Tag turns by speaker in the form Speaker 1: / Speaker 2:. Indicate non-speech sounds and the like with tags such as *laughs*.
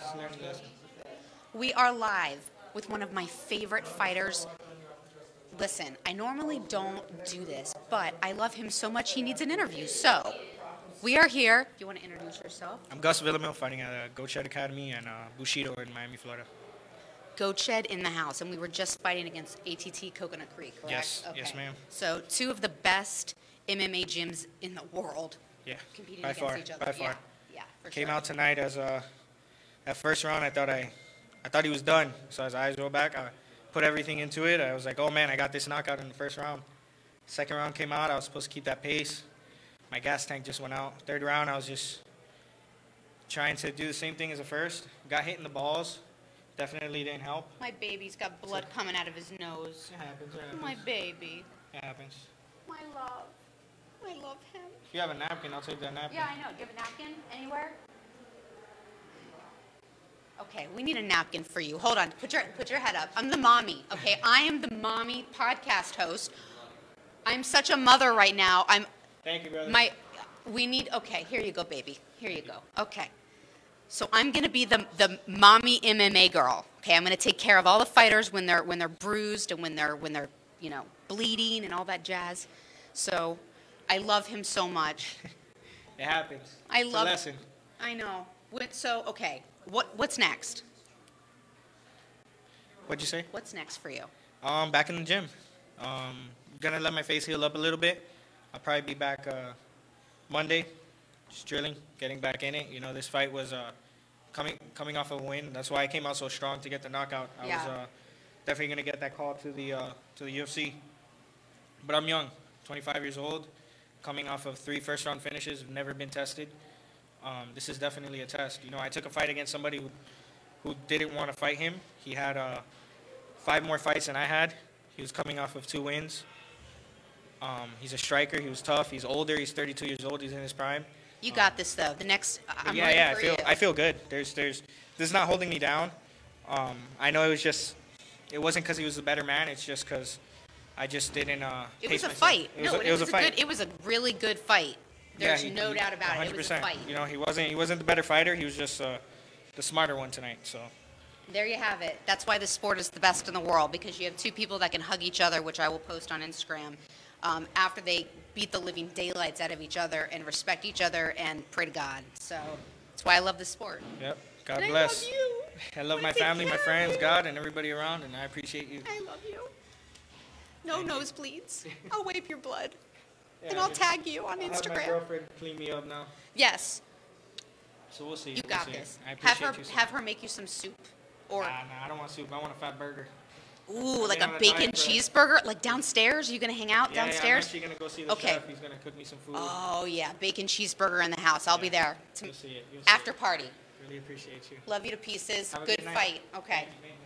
Speaker 1: Next question.
Speaker 2: We are live with one of my favorite fighters. Listen, I normally don't do this, but I love him so much he needs an interview. So, we are here. You want to introduce yourself?
Speaker 1: I'm Gus Villamil, fighting at uh, Go Shed Academy and uh, Bushido in Miami, Florida.
Speaker 2: Goatshed in the house, and we were just fighting against ATT Coconut Creek, correct?
Speaker 1: Yes. Yes, ma'am.
Speaker 2: So, two of the best MMA gyms in the world
Speaker 1: Yeah,
Speaker 2: competing
Speaker 1: by
Speaker 2: against
Speaker 1: far,
Speaker 2: each other.
Speaker 1: by far.
Speaker 2: Yeah, yeah, for
Speaker 1: Came
Speaker 2: sure.
Speaker 1: out tonight as uh, that first round. I thought I, I thought he was done. So his eyes rolled back. I put everything into it. I was like, oh man, I got this knockout in the first round. Second round came out. I was supposed to keep that pace. My gas tank just went out. Third round, I was just trying to do the same thing as the first. Got hit in the balls. Definitely didn't help.
Speaker 2: My baby's got blood coming out of his nose.
Speaker 1: It happens. It happens.
Speaker 2: My baby.
Speaker 1: It happens.
Speaker 2: My love. I love him.
Speaker 1: If you have a napkin, I'll take that napkin.
Speaker 2: Yeah, I know. Do you have a napkin anywhere? Okay, we need a napkin for you. Hold on. Put your put your head up. I'm the mommy. Okay, I am the mommy podcast host. I'm such a mother right now. I'm
Speaker 1: Thank you, brother.
Speaker 2: my. We need. Okay, here you go, baby. Here you go. Okay. So I'm gonna be the the mommy MMA girl. Okay, I'm gonna take care of all the fighters when they're when they're bruised and when they're when they're you know bleeding and all that jazz. So, I love him so much.
Speaker 1: It happens.
Speaker 2: I
Speaker 1: It's a
Speaker 2: love-
Speaker 1: lesson.
Speaker 2: I know. What, so, okay, what, what's next?
Speaker 1: What'd you say?
Speaker 2: What's next for you?
Speaker 1: Um, back in the gym. Um, gonna let my face heal up a little bit. I'll probably be back uh, Monday, just drilling, getting back in it. You know, this fight was uh, coming coming off a win. That's why I came out so strong to get the knockout. I was
Speaker 2: Yeah.
Speaker 1: uh, definitely gonna get that call to the uh, to the UFC. But I'm young, 25 years old, coming off of three first round finishes. I've never been tested. Um, this is definitely a test. You know, I took a fight against somebody who, who didn't want to fight him. He had uh, five more fights than I had. He was coming off of two wins. Um, he's a striker. He was tough. He's older. He's 32 years old. He's in his prime.
Speaker 2: You got this, though. The next, I-
Speaker 1: But
Speaker 2: I'm
Speaker 1: yeah,
Speaker 2: ready
Speaker 1: yeah.
Speaker 2: for
Speaker 1: I feel
Speaker 2: you.
Speaker 1: I feel good. There's there's this is not holding me down. Um, I know it was just it wasn't because he was the better man. It's just because I just didn't. Uh,
Speaker 2: it
Speaker 1: pace
Speaker 2: was a
Speaker 1: myself.
Speaker 2: fight.
Speaker 1: It was,
Speaker 2: no,
Speaker 1: a, it was a fight.
Speaker 2: Good, it was a really good fight.
Speaker 1: Yeah,
Speaker 2: There's
Speaker 1: he-
Speaker 2: no
Speaker 1: he-
Speaker 2: doubt about it. It was a
Speaker 1: 100%.
Speaker 2: fight.
Speaker 1: You know, he wasn't he wasn't the better fighter. He was just uh, the smarter one tonight. So
Speaker 2: There you have it. That's why the sport is the best in the world because you have two people that can hug each other, which I will post on Instagram um, after they beat the living daylights out of each other and respect each other and pray to God. So that's why I love the sport.
Speaker 1: yep. God
Speaker 2: And I
Speaker 1: bless.
Speaker 2: love you.
Speaker 1: I love my
Speaker 2: take
Speaker 1: family, my
Speaker 2: care of
Speaker 1: friends,
Speaker 2: you.
Speaker 1: God, and everybody around, and I appreciate you.
Speaker 2: I love you. No nosebleeds. I'll wipe your
Speaker 1: *laughs*
Speaker 2: blood.
Speaker 1: Yeah, I just-
Speaker 2: you on
Speaker 1: I'll have my girlfriend clean me up now,
Speaker 2: Yes,
Speaker 1: so we'll see.
Speaker 2: you
Speaker 1: we'll
Speaker 2: got
Speaker 1: see.
Speaker 2: this.
Speaker 1: I
Speaker 2: Have
Speaker 1: appreciate you.
Speaker 2: her,
Speaker 1: Ah. so
Speaker 2: have
Speaker 1: much.
Speaker 2: her make you some soup or,
Speaker 1: Nah, nah, I don't want soup. I want a fat burger.
Speaker 2: ooh, like
Speaker 1: been
Speaker 2: a
Speaker 1: on a
Speaker 2: bacon
Speaker 1: diet for-
Speaker 2: cheeseburger, like downstairs? You gonna hang out
Speaker 1: Yeah, Yeah, I'm
Speaker 2: downstairs?
Speaker 1: actually gonna go see the
Speaker 2: Okay.
Speaker 1: chef. He's gonna cook me some food.
Speaker 2: Oh, yeah, bacon cheeseburger in the house. I'll be
Speaker 1: Yeah.
Speaker 2: there. It's-
Speaker 1: You'll see it. You'll see
Speaker 2: After
Speaker 1: it.
Speaker 2: party.
Speaker 1: Really appreciate you.
Speaker 2: Love you to pieces.
Speaker 1: Have a
Speaker 2: Good
Speaker 1: good night.
Speaker 2: fight. Okay.
Speaker 1: Thank you.